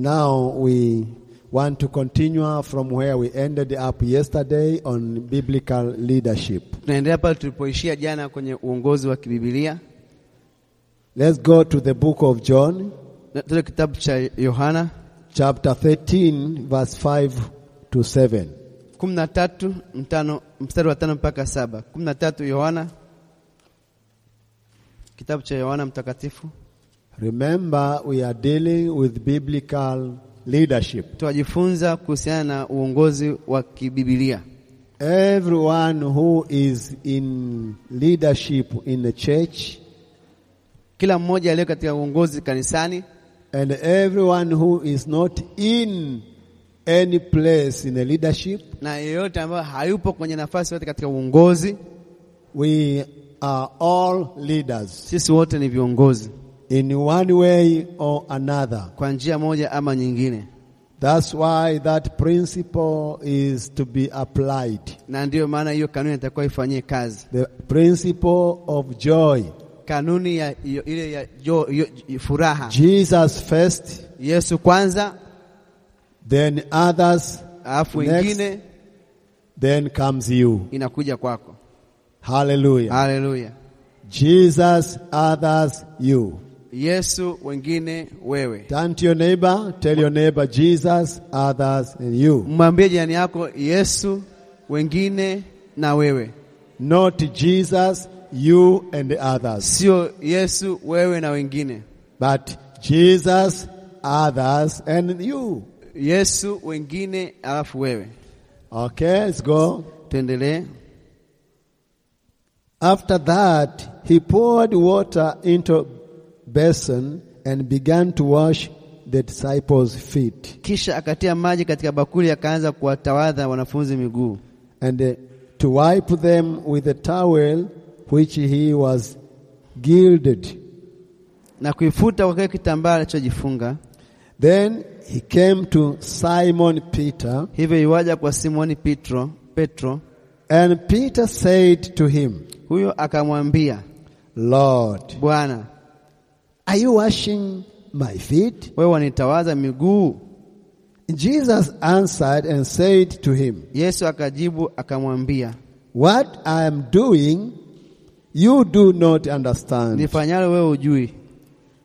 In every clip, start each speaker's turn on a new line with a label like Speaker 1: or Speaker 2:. Speaker 1: Now we want to continue from where we ended up yesterday on biblical leadership.
Speaker 2: Tunaendelea pale tulipoishia jana kwenye uongozi wa kibibilia
Speaker 1: Let's go to the book of John,
Speaker 2: na tule kitabu cha Yohana
Speaker 1: chapter 13, verse 5 to 7.
Speaker 2: 13 mtano, mstari wa tano mpaka saba. 13 Yohana, kitabu cha Yohana mtakatifu.
Speaker 1: Remember, we are dealing with biblical leadership.
Speaker 2: Tunajifunza kuhusiana na uongozi wa kibibilia.
Speaker 1: Everyone who is in leadership in the church
Speaker 2: Kila mmoja aliye katika uongozi kanisani
Speaker 1: and everyone who is not in any place in the leadership,
Speaker 2: na yeyote ambaye hayupo kwenye nafasi yote katika uongozi,
Speaker 1: we are all leaders
Speaker 2: sisi wote ni viongozi
Speaker 1: in one way or another.
Speaker 2: kwa njia moja ama nyingine,
Speaker 1: That's why that principle is to be applied.
Speaker 2: na ndiyo maana hiyo kanuni itakuwa ifanyie kazi.
Speaker 1: The principle of joy.
Speaker 2: Kanuni ya iyo- ile ya jo, yo, furaha
Speaker 1: Jesus first,
Speaker 2: Yesu kwanza,
Speaker 1: then others,
Speaker 2: alafu
Speaker 1: Next.
Speaker 2: wengine
Speaker 1: then comes you.
Speaker 2: inakuja kwako.
Speaker 1: Hallelujah.
Speaker 2: Haleluya!
Speaker 1: Jesus, others, you.
Speaker 2: Yesu, wengine wewe.
Speaker 1: Turn to your neighbor, tell your neighbor, Jesus, others, and you.
Speaker 2: Mwambie jirani yako Yesu, wengine na wewe,
Speaker 1: Not Jesus, you, and others,
Speaker 2: sio Yesu wewe na wengine.
Speaker 1: but Jesus, others, and you.
Speaker 2: Yesu, wengine, alafu wewe.
Speaker 1: Okay, let's go.
Speaker 2: Tuendelee.
Speaker 1: After that, he poured water into a basin and began to wash the disciples' feet
Speaker 2: Kisha akatia maji katika bakuli, akaanza kuwatawadha wanafunzi miguu,
Speaker 1: and uh, to wipe them with a towel which he was gilded.
Speaker 2: na kuifuta kwa kile kitambaa alichojifunga.
Speaker 1: Then he came to Simon Peter,
Speaker 2: Hivyo iwaja kwa Simoni Petro. Petro
Speaker 1: and Peter said to him,
Speaker 2: huyo akamwambia,
Speaker 1: Lord,
Speaker 2: Bwana,
Speaker 1: are you washing my feet?
Speaker 2: wewe wanitawaza miguu?
Speaker 1: Jesus answered and said to him,
Speaker 2: Yesu akajibu akamwambia,
Speaker 1: What I am doing you do not understand,
Speaker 2: nifanyalo wewe ujui,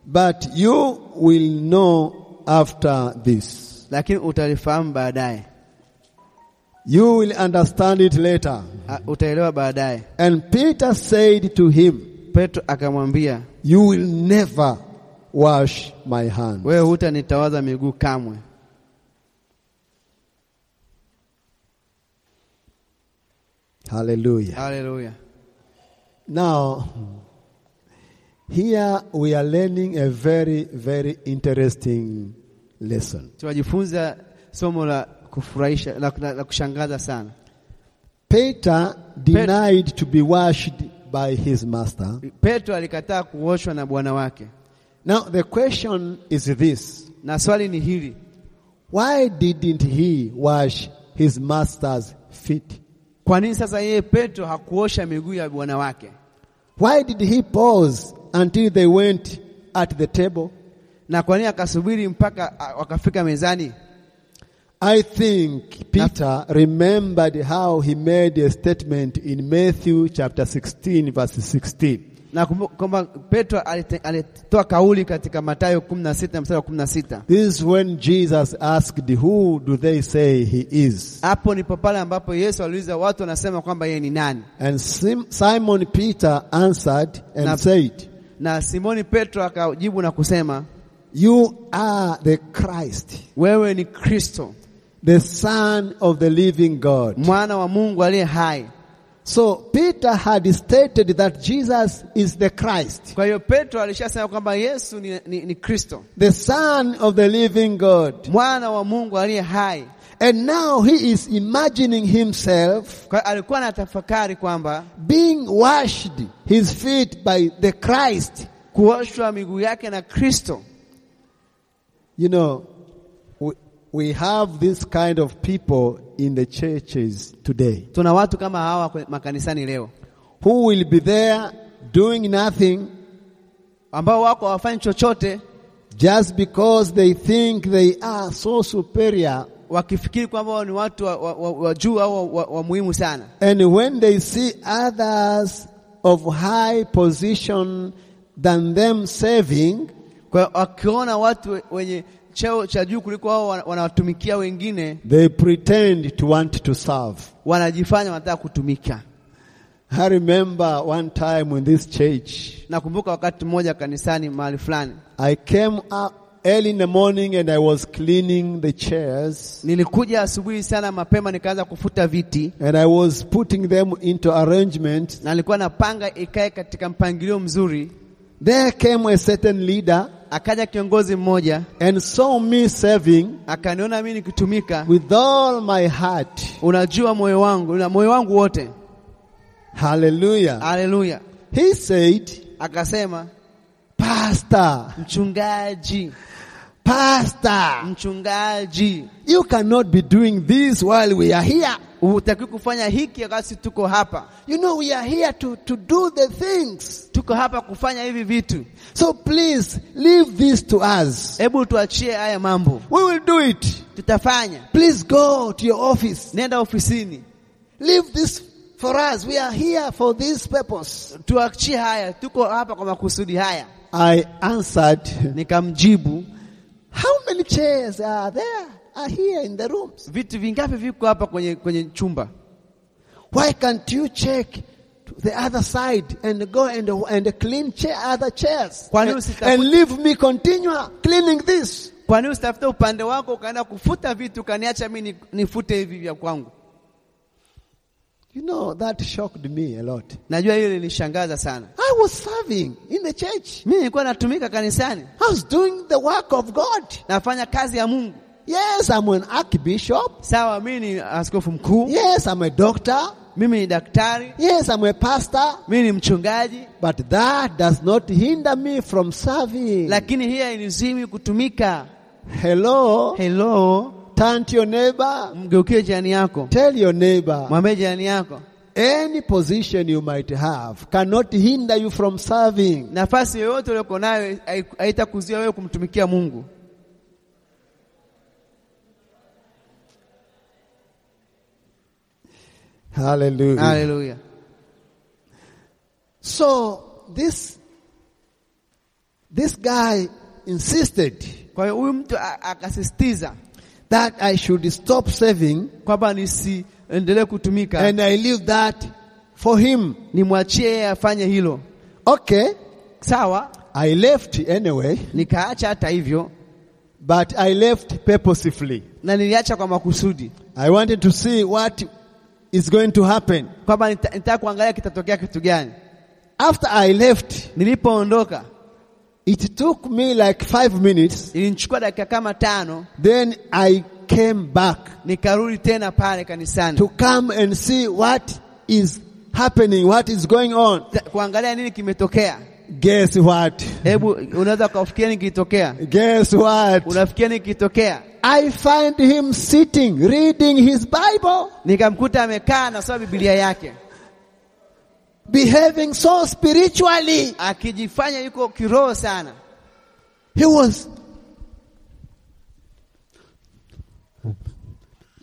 Speaker 1: but you will know after this.
Speaker 2: lakini utalifahamu baadaye,
Speaker 1: You will understand it later.
Speaker 2: A- utaelewa baadaye.
Speaker 1: And Peter said to him,
Speaker 2: Petro akamwambia,
Speaker 1: You will never wash my hands.
Speaker 2: wewe hutanitawaza miguu kamwe.
Speaker 1: Hallelujah.
Speaker 2: Haleluya!
Speaker 1: Now, here we are learning a very, very interesting lesson.
Speaker 2: Tunajifunza somo la kufurahisha la, la, la kushangaza sana.
Speaker 1: Peter denied to be washed by his master.
Speaker 2: Petro alikataa kuoshwa na bwana wake,
Speaker 1: Now, the question is this
Speaker 2: na swali ni hili:
Speaker 1: why didn't he wash his master's feet?
Speaker 2: kwa nini sasa yeye Petro hakuosha miguu ya bwana wake,
Speaker 1: Why did he pause until they went at the table?
Speaker 2: na kwa nini akasubiri mpaka a- wakafika mezani?
Speaker 1: I think Peter remembered how he made a statement in Matthew chapter 16, verse 16.
Speaker 2: na kumbu- kwamba Petro alite- alitoa kauli katika Mathayo 16 mstari wa 16.
Speaker 1: This is when Jesus asked, Who do they say he is?
Speaker 2: Hapo ndipo pale ambapo Yesu aliuliza watu wanasema kwamba yeye ni nani,
Speaker 1: And Sim- Simon Peter answered and
Speaker 2: Now-
Speaker 1: said,
Speaker 2: na Simoni Petro akajibu na kusema,
Speaker 1: You are the Christ,
Speaker 2: wewe ni Kristo
Speaker 1: the Son of the living God.
Speaker 2: mwana wa Mungu aliye hai.
Speaker 1: So Peter had stated that Jesus is the Christ,
Speaker 2: Kwa hiyo Petro alishasema kwamba Yesu ni, ni, ni Kristo
Speaker 1: the Son of the living God.
Speaker 2: mwana wa Mungu aliye hai.
Speaker 1: And now he is imagining himself
Speaker 2: Kwa hiyo alikuwa anatafakari kwamba
Speaker 1: being washed his feet by the Christ.
Speaker 2: kuoshwa miguu yake na Kristo.
Speaker 1: You know, we, we have this kind of people in the churches today
Speaker 2: Tuna watu kama hawa kwe- makanisani leo
Speaker 1: who will be there doing nothing
Speaker 2: ambao wako hawafanyi chochote
Speaker 1: just because they think they are so superior.
Speaker 2: wakifikiri kwamba wao ni watu wa, wa, wa, wa juu au wa, wa, wa muhimu sana
Speaker 1: And when they see others of high position than them saving,
Speaker 2: Kwa hiyo wakiona watu we- wenye cheo cha juu kuliko wao wana- wanawatumikia wengine,
Speaker 1: they pretend to want to serve.
Speaker 2: wanajifanya wanataka kutumika.
Speaker 1: I remember one time in this church,
Speaker 2: Nakumbuka wakati mmoja kanisani mahali fulani,
Speaker 1: I came up early in the morning and I was cleaning the chairs
Speaker 2: nilikuja asubuhi sana mapema, nikaanza kufuta viti
Speaker 1: and I was putting them into arrangement.
Speaker 2: na nilikuwa napanga ikae katika mpangilio mzuri.
Speaker 1: There came a certain leader
Speaker 2: Akaja kiongozi mmoja
Speaker 1: and saw me serving
Speaker 2: akaniona mimi nikitumika.
Speaker 1: with all my heart.
Speaker 2: Unajua moyo wangu na moyo wangu wote,
Speaker 1: Hallelujah.
Speaker 2: haleluya.
Speaker 1: He said,
Speaker 2: Akasema
Speaker 1: Pastor,
Speaker 2: mchungaji,
Speaker 1: Pastor,
Speaker 2: mchungaji,
Speaker 1: you cannot be doing this while we are here.
Speaker 2: hutakiwi kufanya hiki wakati tuko hapa.
Speaker 1: You know, we are here to, to do the things.
Speaker 2: tuko hapa kufanya hivi vitu,
Speaker 1: So please leave this to us.
Speaker 2: hebu tuachie haya mambo,
Speaker 1: We will do it.
Speaker 2: tutafanya.
Speaker 1: Please go to your office.
Speaker 2: Nenda ofisini,
Speaker 1: Leave this for us. We are here for this purpose.
Speaker 2: tuachie haya, tuko hapa kwa makusudi haya.
Speaker 1: I answered,
Speaker 2: Nikamjibu,
Speaker 1: How many chairs are there? Are here in the rooms.
Speaker 2: vitu vingapi viko hapa kwenye, kwenye chumba?
Speaker 1: Why can't you check to the other side and go and, and clean chair, other chairs?
Speaker 2: Kwa nini
Speaker 1: And,
Speaker 2: usitafute-
Speaker 1: and leave me continue cleaning this.
Speaker 2: Kwa nini usitafute upande wako ukaenda kufuta vitu ukaniacha mimi ni- nifute hivi vya kwangu?
Speaker 1: You know, that shocked me a lot.
Speaker 2: Najua hiyo ilinishangaza sana.
Speaker 1: I was serving in the church.
Speaker 2: Mimi nilikuwa natumika kanisani,
Speaker 1: I was doing the work of God.
Speaker 2: nafanya kazi ya Mungu.
Speaker 1: Yes, I'm an archbishop.
Speaker 2: Sawa, mimi ni askofu mkuu,
Speaker 1: Yes, I'm a doctor.
Speaker 2: mimi ni daktari,
Speaker 1: Yes, I'm a pastor.
Speaker 2: mimi ni mchungaji,
Speaker 1: But that does not hinder me from serving.
Speaker 2: lakini hii hainizimi kutumika.
Speaker 1: hello,
Speaker 2: Hello,
Speaker 1: turn to your neighbor.
Speaker 2: mgeukie jirani yako,
Speaker 1: Tell your neighbor.
Speaker 2: mwambie jirani yako,
Speaker 1: Any position you might have cannot hinder you from serving.
Speaker 2: nafasi yoyote ulioko nayo hai- haitakuzuia wewe kumtumikia Mungu.
Speaker 1: Hallelujah.
Speaker 2: Haleluya!
Speaker 1: So this this guy insisted
Speaker 2: Kwa hiyo huyu mtu a- akasisitiza
Speaker 1: that I should stop serving
Speaker 2: kwamba nisiendelee kutumika,
Speaker 1: and I leave that for him.
Speaker 2: nimwachie yeye afanye hilo.
Speaker 1: Okay,
Speaker 2: Sawa,
Speaker 1: I left anyway,
Speaker 2: nikaacha hata hivyo,
Speaker 1: but I left purposefully.
Speaker 2: na niliacha kwa makusudi
Speaker 1: I wanted to see what is going to happen.
Speaker 2: kwamba nita- nitaka kuangalia kitatokea kitu gani.
Speaker 1: After I left,
Speaker 2: Nilipoondoka
Speaker 1: it took me like 5 minutes.
Speaker 2: ilinichukua dakika kama tano,
Speaker 1: Then I came back
Speaker 2: nikarudi tena pale kanisani
Speaker 1: to come and see what is happening, what is going on.
Speaker 2: Ta- kuangalia nini kimetokea.
Speaker 1: Guess what?
Speaker 2: Hebu unaweza ukafikiria nini kilitokea,
Speaker 1: Guess what?
Speaker 2: unafikiria nini kilitokea?
Speaker 1: I find him sitting, reading his Bible,
Speaker 2: Nikamkuta amekaa anasoma Biblia yake
Speaker 1: behaving so spiritually.
Speaker 2: akijifanya yuko kiroho sana,
Speaker 1: He was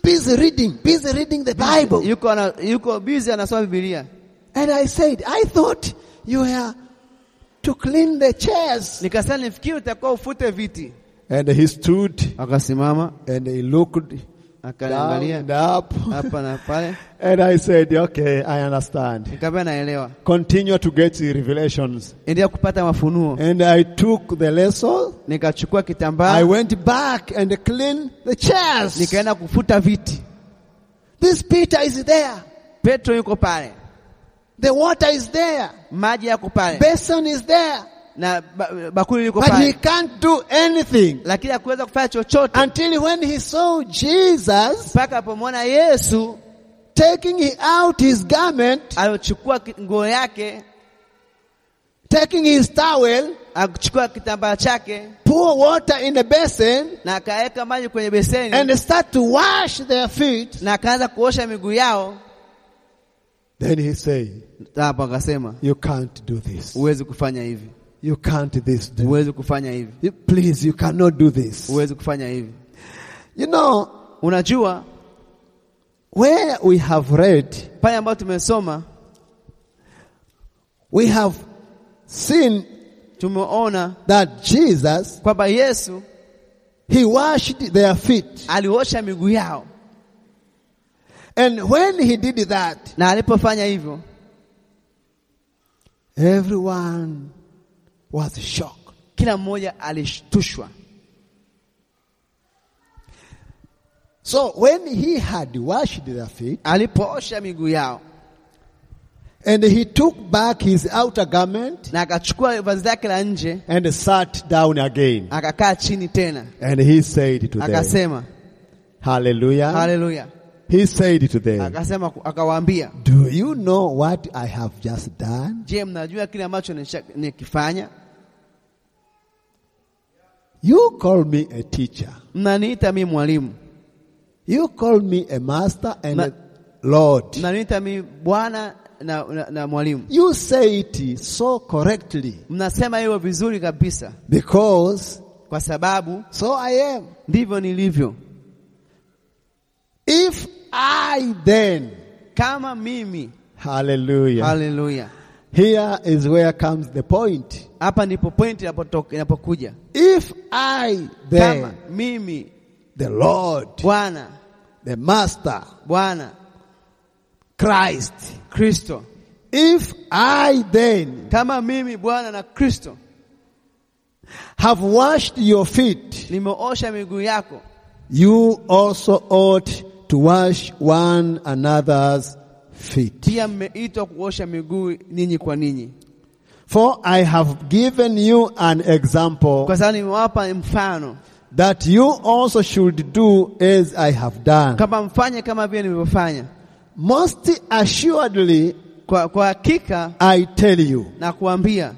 Speaker 1: busy reading, busy reading the Bible.
Speaker 2: yuko ana, yuko busy anasoma Biblia.
Speaker 1: And I said, I thought you were to clean the chairs.
Speaker 2: Nikasema nifikiri utakuwa ufute viti.
Speaker 1: And he stood
Speaker 2: Akasimama
Speaker 1: and he looked down
Speaker 2: akaniangalia
Speaker 1: and up.
Speaker 2: hapa na pale,
Speaker 1: And I said, okay, I understand.
Speaker 2: nikamwambia naelewa,
Speaker 1: Continue to get the revelations.
Speaker 2: endelea kupata mafunuo.
Speaker 1: And I took the lesson.
Speaker 2: Nikachukua
Speaker 1: I
Speaker 2: kitambaa
Speaker 1: went back and cleaned the chairs.
Speaker 2: nikaenda kufuta viti.
Speaker 1: This Peter is there.
Speaker 2: Petro yuko pale,
Speaker 1: The water is there.
Speaker 2: maji yako pale
Speaker 1: Basin is there.
Speaker 2: na ba- bakuli liko
Speaker 1: But he
Speaker 2: pale,
Speaker 1: can't do anything
Speaker 2: lakini hakuweza kufanya chochote
Speaker 1: until when he saw Jesus
Speaker 2: mpaka alipomwona Yesu
Speaker 1: taking out his garment,
Speaker 2: aliochukua ki- nguo yake
Speaker 1: taking his towel,
Speaker 2: akachukua kitambaa chake
Speaker 1: pour water in the basin,
Speaker 2: na akaweka maji kwenye beseni
Speaker 1: and start to wash their feet.
Speaker 2: na akaanza kuosha miguu yao.
Speaker 1: Then he said,
Speaker 2: Hapo akasema
Speaker 1: You can't do this.
Speaker 2: huwezi kufanya hivi.
Speaker 1: You can't this do.
Speaker 2: huwezi kufanya hivi,
Speaker 1: You- Please, you cannot do this.
Speaker 2: huwezi kufanya hivi.
Speaker 1: You know,
Speaker 2: Unajua
Speaker 1: where we have read,
Speaker 2: pale ambayo tumesoma
Speaker 1: we have seen
Speaker 2: tumeona
Speaker 1: that Jesus,
Speaker 2: kwamba Yesu
Speaker 1: he washed their feet.
Speaker 2: aliosha miguu yao,
Speaker 1: And when he did that,
Speaker 2: na alipofanya hivyo
Speaker 1: everyone was shocked.
Speaker 2: kila mmoja alishtushwa.
Speaker 1: So when he had washed their feet,
Speaker 2: Alipoosha miguu yao
Speaker 1: and he took back his outer garment
Speaker 2: na akachukua vazi lake la nje
Speaker 1: and sat down again.
Speaker 2: akakaa chini tena
Speaker 1: And he said to them,
Speaker 2: akasema
Speaker 1: Hallelujah.
Speaker 2: haleluya,
Speaker 1: He said to them,
Speaker 2: akasema akawaambia,
Speaker 1: Do you know what I have just done?
Speaker 2: je, mnajua kile ambacho nisha- nikifanya?
Speaker 1: You call me a teacher.
Speaker 2: Mnaniita mi mwalimu,
Speaker 1: You call me a master and
Speaker 2: Ma-
Speaker 1: a Lord.
Speaker 2: mnaniita mi bwana na, na, na mwalimu.
Speaker 1: You say it so correctly
Speaker 2: Mnasema hivyo vizuri kabisa,
Speaker 1: because
Speaker 2: kwa sababu
Speaker 1: so I am.
Speaker 2: ndivyo nilivyo.
Speaker 1: If I then,
Speaker 2: Kama mimi,
Speaker 1: hallelujah.
Speaker 2: haleluya.
Speaker 1: Here is where comes the point.
Speaker 2: Hapa ndipo point inapotoka inapokuja,
Speaker 1: If I then,
Speaker 2: kama mimi
Speaker 1: the Lord,
Speaker 2: Bwana
Speaker 1: the Master,
Speaker 2: Bwana
Speaker 1: Christ,
Speaker 2: Kristo,
Speaker 1: if I then
Speaker 2: kama mimi Bwana na Kristo
Speaker 1: have washed your feet,
Speaker 2: nimeosha miguu yako,
Speaker 1: You also ought to wash one another's feet.
Speaker 2: pia mmeitwa kuosha miguu ninyi kwa ninyi,
Speaker 1: For I have given you an example
Speaker 2: kwa sababu nimewapa mfano,
Speaker 1: that you also should do as I have done.
Speaker 2: kama mfanye kama vile nilivyofanya.
Speaker 1: Most assuredly,
Speaker 2: Kwa, kwa hakika
Speaker 1: I tell you,
Speaker 2: na kuambia,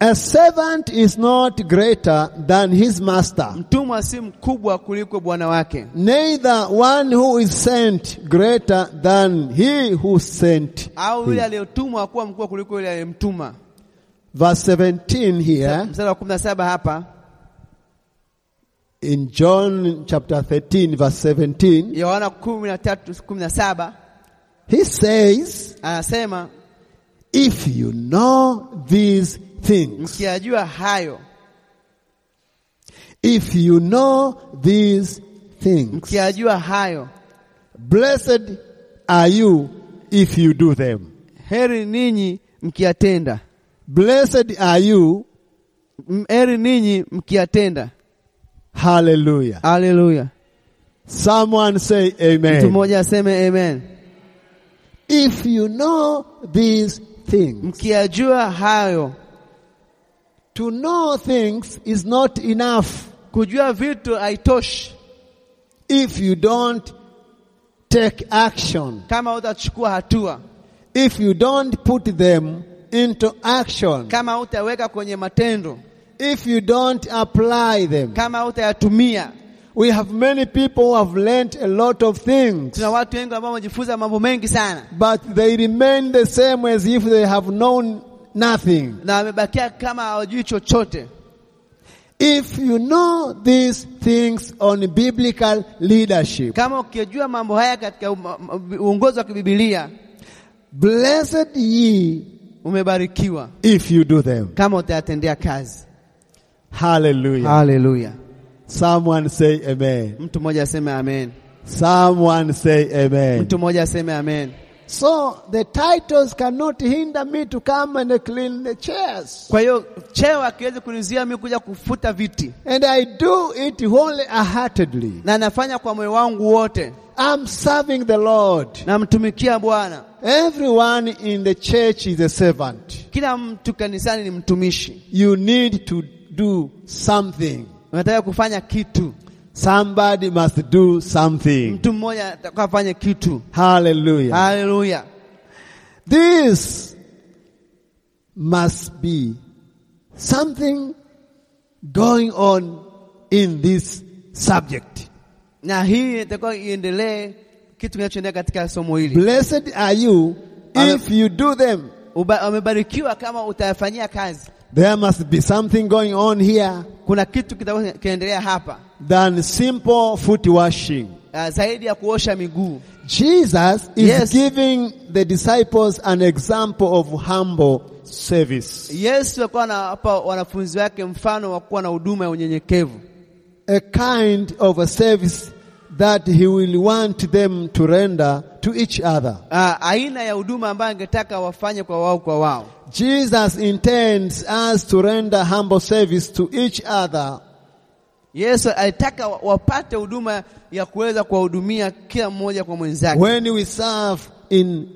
Speaker 1: a servant is not greater than his master,
Speaker 2: mtumwa si mkubwa kuliko bwana wake,
Speaker 1: neither one who is sent greater than he who sent.
Speaker 2: au yule
Speaker 1: him.
Speaker 2: aliyetumwa kuwa mkubwa kuliko yule aliyemtuma.
Speaker 1: Verse 17 here.
Speaker 2: Mstari wa 17 hapa
Speaker 1: In John chapter 13, verse 17,
Speaker 2: Yohana 13:17
Speaker 1: he says,
Speaker 2: anasema
Speaker 1: If you know these things,
Speaker 2: mkiyajua hayo,
Speaker 1: if you know these things,
Speaker 2: mkiyajua hayo,
Speaker 1: blessed are you if you do them.
Speaker 2: heri ninyi mkiyatenda,
Speaker 1: Blessed are you,
Speaker 2: M- heri ninyi mkiyatenda.
Speaker 1: hallelujah.
Speaker 2: Haleluya!
Speaker 1: Someone say
Speaker 2: Mtu
Speaker 1: amen.
Speaker 2: mmoja aseme amen.
Speaker 1: If you know these things,
Speaker 2: Mkiyajua hayo,
Speaker 1: to know things is not enough
Speaker 2: kujua vitu haitoshi
Speaker 1: if you don't take action.
Speaker 2: kama utachukua hatua,
Speaker 1: if you don't put them into action,
Speaker 2: kama utaweka kwenye matendo,
Speaker 1: if you don't apply them.
Speaker 2: kama utayatumia.
Speaker 1: We have many people who have learnt a lot of things,
Speaker 2: Tuna watu wengi ambao wamejifunza mambo mengi sana
Speaker 1: but they remain the same as if they have known nothing.
Speaker 2: na wamebakia kama hawajui chochote.
Speaker 1: If you know these things on biblical leadership,
Speaker 2: Kama ukijua mambo haya katika um- um- uongozi wa kibibilia,
Speaker 1: blessed ye
Speaker 2: umebarikiwa
Speaker 1: if you do them.
Speaker 2: kama utayatendea kazi.
Speaker 1: Hallelujah.
Speaker 2: Haleluya!
Speaker 1: Someone say amen.
Speaker 2: Mtu mmoja aseme amen.
Speaker 1: Someone say amen.
Speaker 2: Mtu mmoja aseme amen.
Speaker 1: So the titles cannot hinder me to come and clean the chairs.
Speaker 2: Kwa hiyo cheo akiwezi kunizuia mimi kuja kufuta viti,
Speaker 1: And I do it wholeheartedly.
Speaker 2: na nafanya kwa moyo wangu wote,
Speaker 1: I'm serving the Lord.
Speaker 2: namtumikia Bwana.
Speaker 1: Everyone in the church is a servant.
Speaker 2: Kila mtu kanisani ni mtumishi,
Speaker 1: You need to do something.
Speaker 2: unataka kufanya kitu,
Speaker 1: Somebody must do something.
Speaker 2: mtu mmoja atakuwa afanye kitu.
Speaker 1: Hallelujah. Uh,
Speaker 2: Haleluya!
Speaker 1: This must be something going on in this subject.
Speaker 2: Na hii itakuwa iendelee, kitu kinachoendelea katika somo hili.
Speaker 1: Blessed are you if you do them.
Speaker 2: Uba- Umebarikiwa kama utayafanyia kazi.
Speaker 1: There must be something going on here
Speaker 2: Kuna kitu kitakuwa kinaendelea hapa
Speaker 1: than simple foot washing.
Speaker 2: uh, zaidi ya kuosha miguu.
Speaker 1: Jesus is
Speaker 2: Yes.
Speaker 1: giving the disciples an example of humble service.
Speaker 2: Yesu alikuwa anawapa wanafunzi wake mfano wa kuwa na huduma ya unyenyekevu,
Speaker 1: A kind of a service that he will want them to render to each other.
Speaker 2: uh, aina ya huduma ambayo angetaka wafanye kwa wao kwa wao.
Speaker 1: Jesus intends us to render humble service to each other
Speaker 2: Yesu alitaka wa- wapate huduma ya kuweza kuwahudumia kila mmoja kwa mwenzake
Speaker 1: when we serve in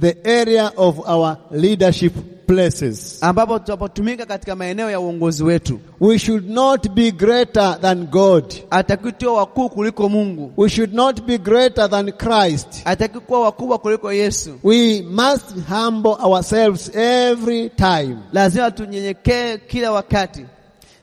Speaker 1: the area of our leadership places.
Speaker 2: ambapo tutapotumika katika maeneo ya uongozi wetu.
Speaker 1: We should not be greater than God.
Speaker 2: Hataki tuwe wakuu kuliko Mungu,
Speaker 1: We should not be greater than Christ.
Speaker 2: hataki kuwa wakubwa kuliko Yesu.
Speaker 1: We must humble ourselves every time.
Speaker 2: Lazima tunyenyekee kila wakati.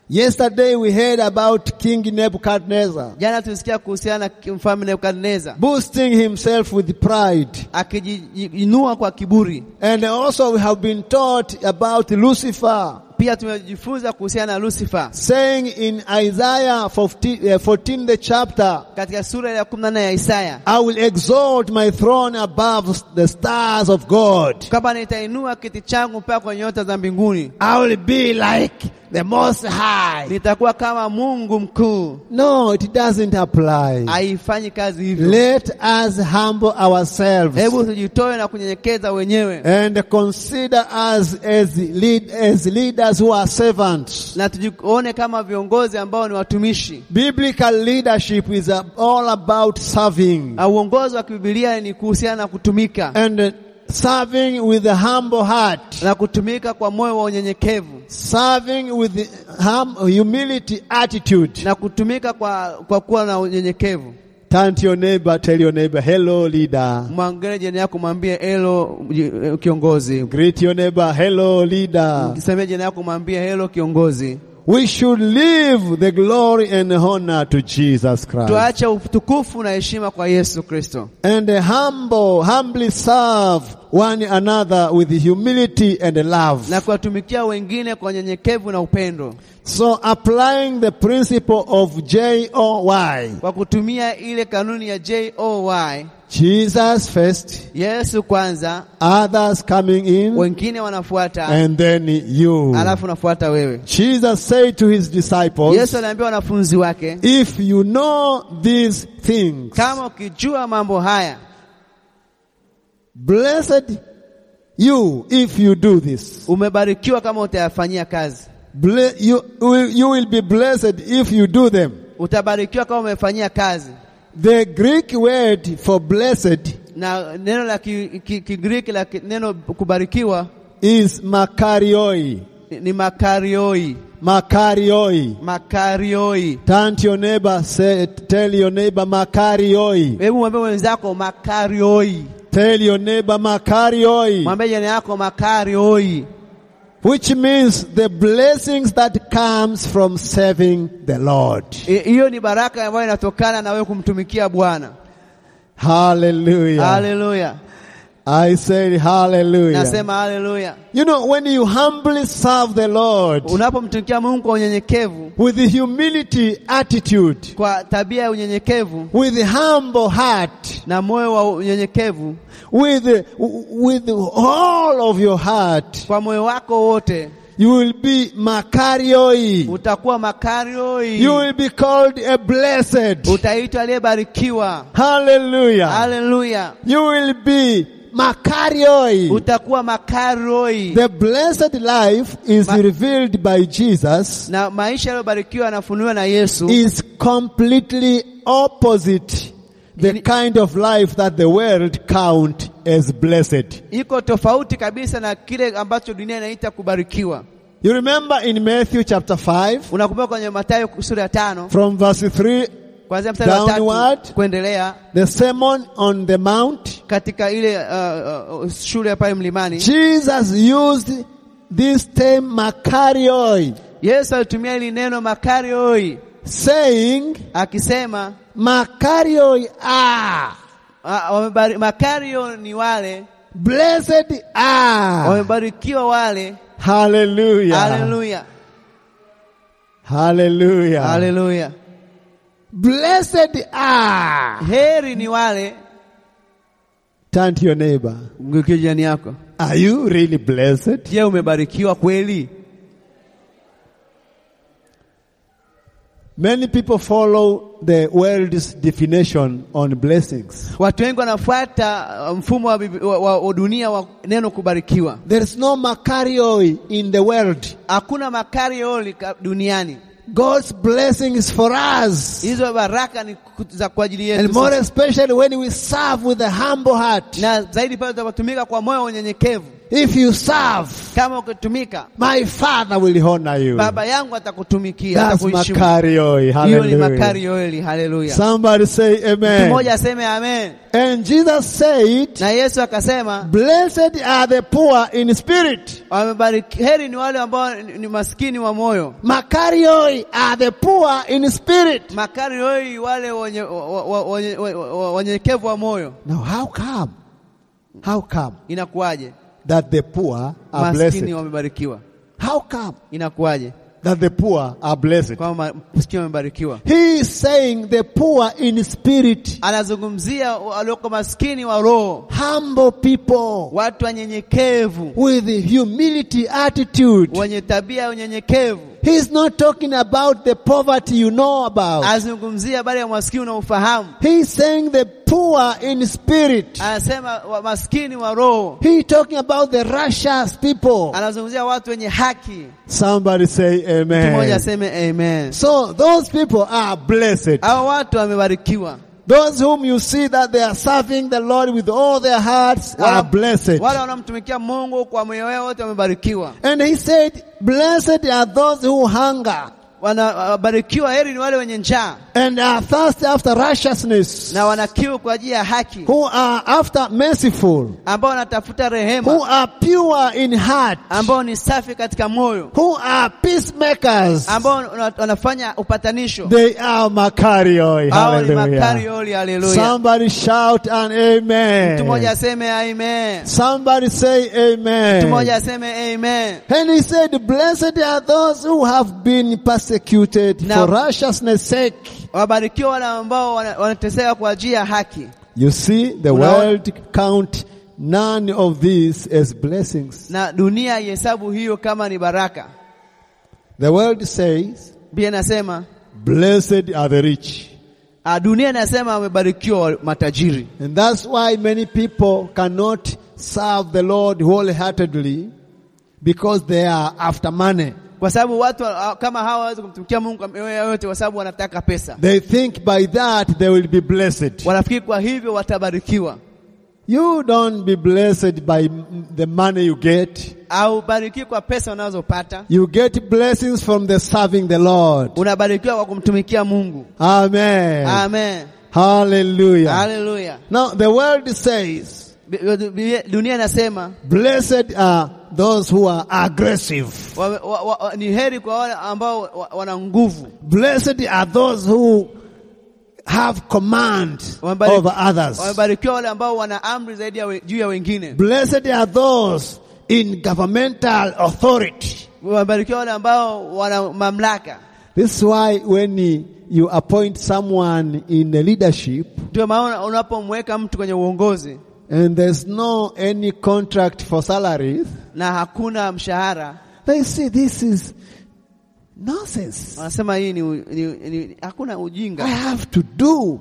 Speaker 1: Yesterday we heard about King Nebuchadnezzar
Speaker 2: Jana tulisikia kuhusiana na ki- mfalme Nebukadneza
Speaker 1: boosting himself with pride.
Speaker 2: akijiinua kwa kiburi.
Speaker 1: And also we have been taught about Lucifer
Speaker 2: Pia tumejifunza kuhusiana na Lucifer
Speaker 1: saying in Isaiah 14, uh, 14 the chapter,
Speaker 2: katika sura ya 14 ya Isaya,
Speaker 1: I will exalt my throne above the stars of God.
Speaker 2: kwamba nitainua kiti changu mpaka kwenye nyota za mbinguni,
Speaker 1: I will be like the most high.
Speaker 2: nitakuwa kama Mungu mkuu.
Speaker 1: No, it doesn't apply.
Speaker 2: Haifanyi kazi hivyo.
Speaker 1: Let us humble ourselves
Speaker 2: Hebu tujitoe na kunyenyekeza wenyewe
Speaker 1: and consider us as lead, as leaders who are servants.
Speaker 2: na tujione kama viongozi ambao ni watumishi.
Speaker 1: Biblical leadership is uh, all about serving
Speaker 2: Na Uongozi wa kibibilia ni kuhusiana na kutumika
Speaker 1: and uh, serving with a humble heart.
Speaker 2: na kutumika kwa moyo wa unyenyekevu
Speaker 1: serving with hum, humility attitude.
Speaker 2: na kutumika kwa, kwa kuwa na unyenyekevu.
Speaker 1: Turn to your neighbor, tell your neighbor, hello leader.
Speaker 2: Mwangalie jirani yako, mwambie elo ji- eh, kiongozi.
Speaker 1: Greet your neighbor, hello leader.
Speaker 2: Semee jirani yako, mwambie helo kiongozi.
Speaker 1: We should leave the glory and honor to Jesus Christ
Speaker 2: Tuache utukufu na heshima kwa Yesu Kristo
Speaker 1: and humble, humbly serve one another with humility and love.
Speaker 2: na kuwatumikia wengine kwa unyenyekevu na upendo,
Speaker 1: So applying the principle of J-O-Y,
Speaker 2: kwa kutumia ile kanuni ya JOY,
Speaker 1: Jesus first,
Speaker 2: Yesu kwanza,
Speaker 1: others coming in,
Speaker 2: wengine wanafuata,
Speaker 1: and then you.
Speaker 2: alafu unafuata wewe.
Speaker 1: Jesus said to his disciples,
Speaker 2: Yesu aliambia wanafunzi wake,
Speaker 1: If you know these things,
Speaker 2: kama ukijua mambo haya,
Speaker 1: blessed you if you do this.
Speaker 2: umebarikiwa kama utayafanyia kazi.
Speaker 1: Ble- you, will- you will be blessed if you do them.
Speaker 2: Utabarikiwa kama umefanyia kazi.
Speaker 1: The Greek word for blessed
Speaker 2: Na neno la Kigiriki ki, Kigiriki la ki, neno kubarikiwa
Speaker 1: is makarioi.
Speaker 2: ni- ni makarioi,
Speaker 1: Makarioi.
Speaker 2: makarioi.
Speaker 1: Turn to your neighbor, say, tell your neighbor makarioi.
Speaker 2: Hebu mwambie mwenzako makarioi,
Speaker 1: Tell your neighbor makarioi.
Speaker 2: mwambie jirani yako makarioi,
Speaker 1: Which means the blessings that comes from serving the Lord.
Speaker 2: I- hiyo ni baraka ambayo inatokana na wewe kumtumikia Bwana.
Speaker 1: Hallelujah.
Speaker 2: Haleluya,
Speaker 1: I said hallelujah.
Speaker 2: nasema haleluya.
Speaker 1: you know, when you humbly serve the Lord
Speaker 2: Unapomtumikia Mungu kwa unyenyekevu,
Speaker 1: with humility attitude,
Speaker 2: kwa tabia ya unyenyekevu
Speaker 1: with humble heart,
Speaker 2: na moyo wa unyenyekevu,
Speaker 1: with, with all of your heart,
Speaker 2: kwa moyo wako wote
Speaker 1: you will be makarioi.
Speaker 2: utakuwa makarioi,
Speaker 1: You will be called a blessed.
Speaker 2: utaitwa aliyebarikiwa.
Speaker 1: Hallelujah.
Speaker 2: Haleluya,
Speaker 1: You will be makarioi.
Speaker 2: utakuwa makarioi.
Speaker 1: Mm. The blessed life is
Speaker 2: Ma-
Speaker 1: revealed by Jesus.
Speaker 2: Na maisha yaliyobarikiwa yanafunuliwa na Yesu,
Speaker 1: is completely opposite the
Speaker 2: Ili-
Speaker 1: kind of life that the world count as blessed.
Speaker 2: iko tofauti kabisa na kile ambacho dunia inaita kubarikiwa.
Speaker 1: You remember in Matthew chapter 5
Speaker 2: Unakumbuka kwenye Mathayo sura ya tano
Speaker 1: from verse 3
Speaker 2: kuanzia mstari wa
Speaker 1: Downward.
Speaker 2: tatu kuendelea
Speaker 1: the sermon on the mount
Speaker 2: katika ile uh, uh, shule ya pale mlimani,
Speaker 1: Jesus used this term makarioi
Speaker 2: Yesu alitumia hili neno makarioi
Speaker 1: saying
Speaker 2: akisema
Speaker 1: makarioi are
Speaker 2: Ah, wamebari- Makario ni wale
Speaker 1: Blessed are.
Speaker 2: wamebarikiwa wale.
Speaker 1: Hallelujah.
Speaker 2: Haleluya,
Speaker 1: Hallelujah.
Speaker 2: haleluya.
Speaker 1: Blessed are.
Speaker 2: Heri ni wale.
Speaker 1: Turn to your neighbor.
Speaker 2: Mgeukie jirani yako,
Speaker 1: Are you really blessed?
Speaker 2: je, umebarikiwa kweli?
Speaker 1: Many people follow the world's definition on blessings.
Speaker 2: Watu wengi wanafuata uh, mfumo wa, bibi- wa, wa, wa dunia wa neno kubarikiwa.
Speaker 1: There is no makarioi in the world.
Speaker 2: Hakuna makarioli ka- duniani.
Speaker 1: God's blessing is for us.
Speaker 2: Hizo baraka ni ku- za kwa ajili yetu
Speaker 1: And more
Speaker 2: sasa.
Speaker 1: especially when we serve with a humble heart.
Speaker 2: na zaidi pale tutakapotumika kwa moyo wa unyenyekevu.
Speaker 1: If you serve,
Speaker 2: Kama ukitumika,
Speaker 1: my Father will honor you.
Speaker 2: baba yangu atakutumikia,
Speaker 1: That's
Speaker 2: atakuheshimu.
Speaker 1: makarioi.
Speaker 2: Hiyo ni
Speaker 1: Hallelujah.
Speaker 2: makarioli. Haleluya.
Speaker 1: Somebody say
Speaker 2: Mtu mmoja
Speaker 1: amen.
Speaker 2: aseme amen.
Speaker 1: And Jesus said,
Speaker 2: Na Yesu akasema
Speaker 1: Blessed are the poor in spirit.
Speaker 2: wamebariki, heri ni wale ambao ni ni maskini wa moyo.
Speaker 1: Makarioi are the poor in spirit.
Speaker 2: Makarioi wale wenye- wa- wa- wenye- wa- wa- wanyenyekevu wa moyo.
Speaker 1: Now, how come? How come
Speaker 2: Inakuwaje?
Speaker 1: that the poor are
Speaker 2: maskini
Speaker 1: blessed?
Speaker 2: wamebarikiwa.
Speaker 1: How come
Speaker 2: Inakuwaje
Speaker 1: that the poor are blessed?
Speaker 2: kwamba ma- maskini wamebarikiwa?
Speaker 1: He is saying the poor in spirit,
Speaker 2: Anazungumzia walioko maskini wa roho,
Speaker 1: humble people
Speaker 2: watu wanyenyekevu,
Speaker 1: with humility attitude.
Speaker 2: wenye tabia ya unyenyekevu.
Speaker 1: He is not talking about the poverty you know about.
Speaker 2: Azungumzia habari ya maskini unaofahamu.
Speaker 1: He is saying the poor in spirit.
Speaker 2: Anasema wa maskini wa roho,
Speaker 1: He is talking about the righteous people.
Speaker 2: anazungumzia watu wenye haki.
Speaker 1: Somebody say
Speaker 2: Mtu mmoja
Speaker 1: amen.
Speaker 2: aseme amen.
Speaker 1: So those people are blessed.
Speaker 2: Hao watu wamebarikiwa.
Speaker 1: Those whom you see that they are serving the Lord with all their hearts are blessed.
Speaker 2: wale wanaomtumikia Mungu kwa moyo wao wote wamebarikiwa.
Speaker 1: And he said, Blessed are those who hunger
Speaker 2: Wanabarikiwa, uh, heri ni wale wenye njaa
Speaker 1: and are thirsty after righteousness,
Speaker 2: na wana kiu kwa ajili ya haki,
Speaker 1: who are after merciful,
Speaker 2: ambao wanatafuta
Speaker 1: who
Speaker 2: rehema,
Speaker 1: are pure in heart,
Speaker 2: ambao ni safi katika moyo,
Speaker 1: who are peacemakers.
Speaker 2: ambao wana- wanafanya upatanisho.
Speaker 1: They are Makarioi.
Speaker 2: Hao ni
Speaker 1: Hallelujah.
Speaker 2: makarioli. Haleluya!
Speaker 1: Somebody shout an
Speaker 2: Mtu mmoja
Speaker 1: amen.
Speaker 2: aseme amen,
Speaker 1: Somebody say
Speaker 2: mtu mmoja
Speaker 1: amen.
Speaker 2: aseme amen.
Speaker 1: And he said, Blessed are those who have been persecuted
Speaker 2: Now-
Speaker 1: for righteousness' sake.
Speaker 2: Wabarikiwa wale ambao wana- wanateseka kwa ajili ya haki.
Speaker 1: You see, the
Speaker 2: Unaona?
Speaker 1: world count none of these as blessings.
Speaker 2: na dunia haihesabu hiyo kama ni baraka.
Speaker 1: The world says,
Speaker 2: Biblia inasema
Speaker 1: blessed are the rich.
Speaker 2: ah, dunia inasema wamebarikiwa wa- matajiri,
Speaker 1: And that's why many people cannot serve the Lord wholeheartedly because they are after money.
Speaker 2: kwa sababu watu wa- ah, kama hawa hawawezi kumtumikia Mungu kwa mioyo yao yote, kwa sababu wanataka pesa.
Speaker 1: They think by that they will be blessed.
Speaker 2: Wanafikiri kwa hivyo watabarikiwa.
Speaker 1: You don't be blessed by m- the money you get.
Speaker 2: Haubarikiwi kwa pesa unazopata,
Speaker 1: You get blessings from the serving the Lord.
Speaker 2: unabarikiwa kwa kumtumikia Mungu.
Speaker 1: Amen.
Speaker 2: Amen,
Speaker 1: Hallelujah.
Speaker 2: haleluya.
Speaker 1: Now the world says,
Speaker 2: Bi- bi- bi- Dunia inasema
Speaker 1: Blessed are those who are aggressive.
Speaker 2: wa, wa, wa, wa- ni heri kwa wale ambao wa- wana nguvu,
Speaker 1: Blessed are those who have command
Speaker 2: Wamebarikiwa-
Speaker 1: over others.
Speaker 2: wamebarikiwa wale ambao wana amri zaidi ya we- juu ya wengine.
Speaker 1: Blessed are those in governmental authority.
Speaker 2: Wabarikiwa wale ambao wana mamlaka.
Speaker 1: This is why when you appoint someone in a leadership
Speaker 2: Ndio maana unapomweka mtu kwenye uongozi
Speaker 1: and there's no any contract for salaries,
Speaker 2: na hakuna mshahara,
Speaker 1: they say this is nonsense.
Speaker 2: wanasema hii ni, u- ni, ni hakuna
Speaker 1: I
Speaker 2: ujinga.
Speaker 1: have to do uh,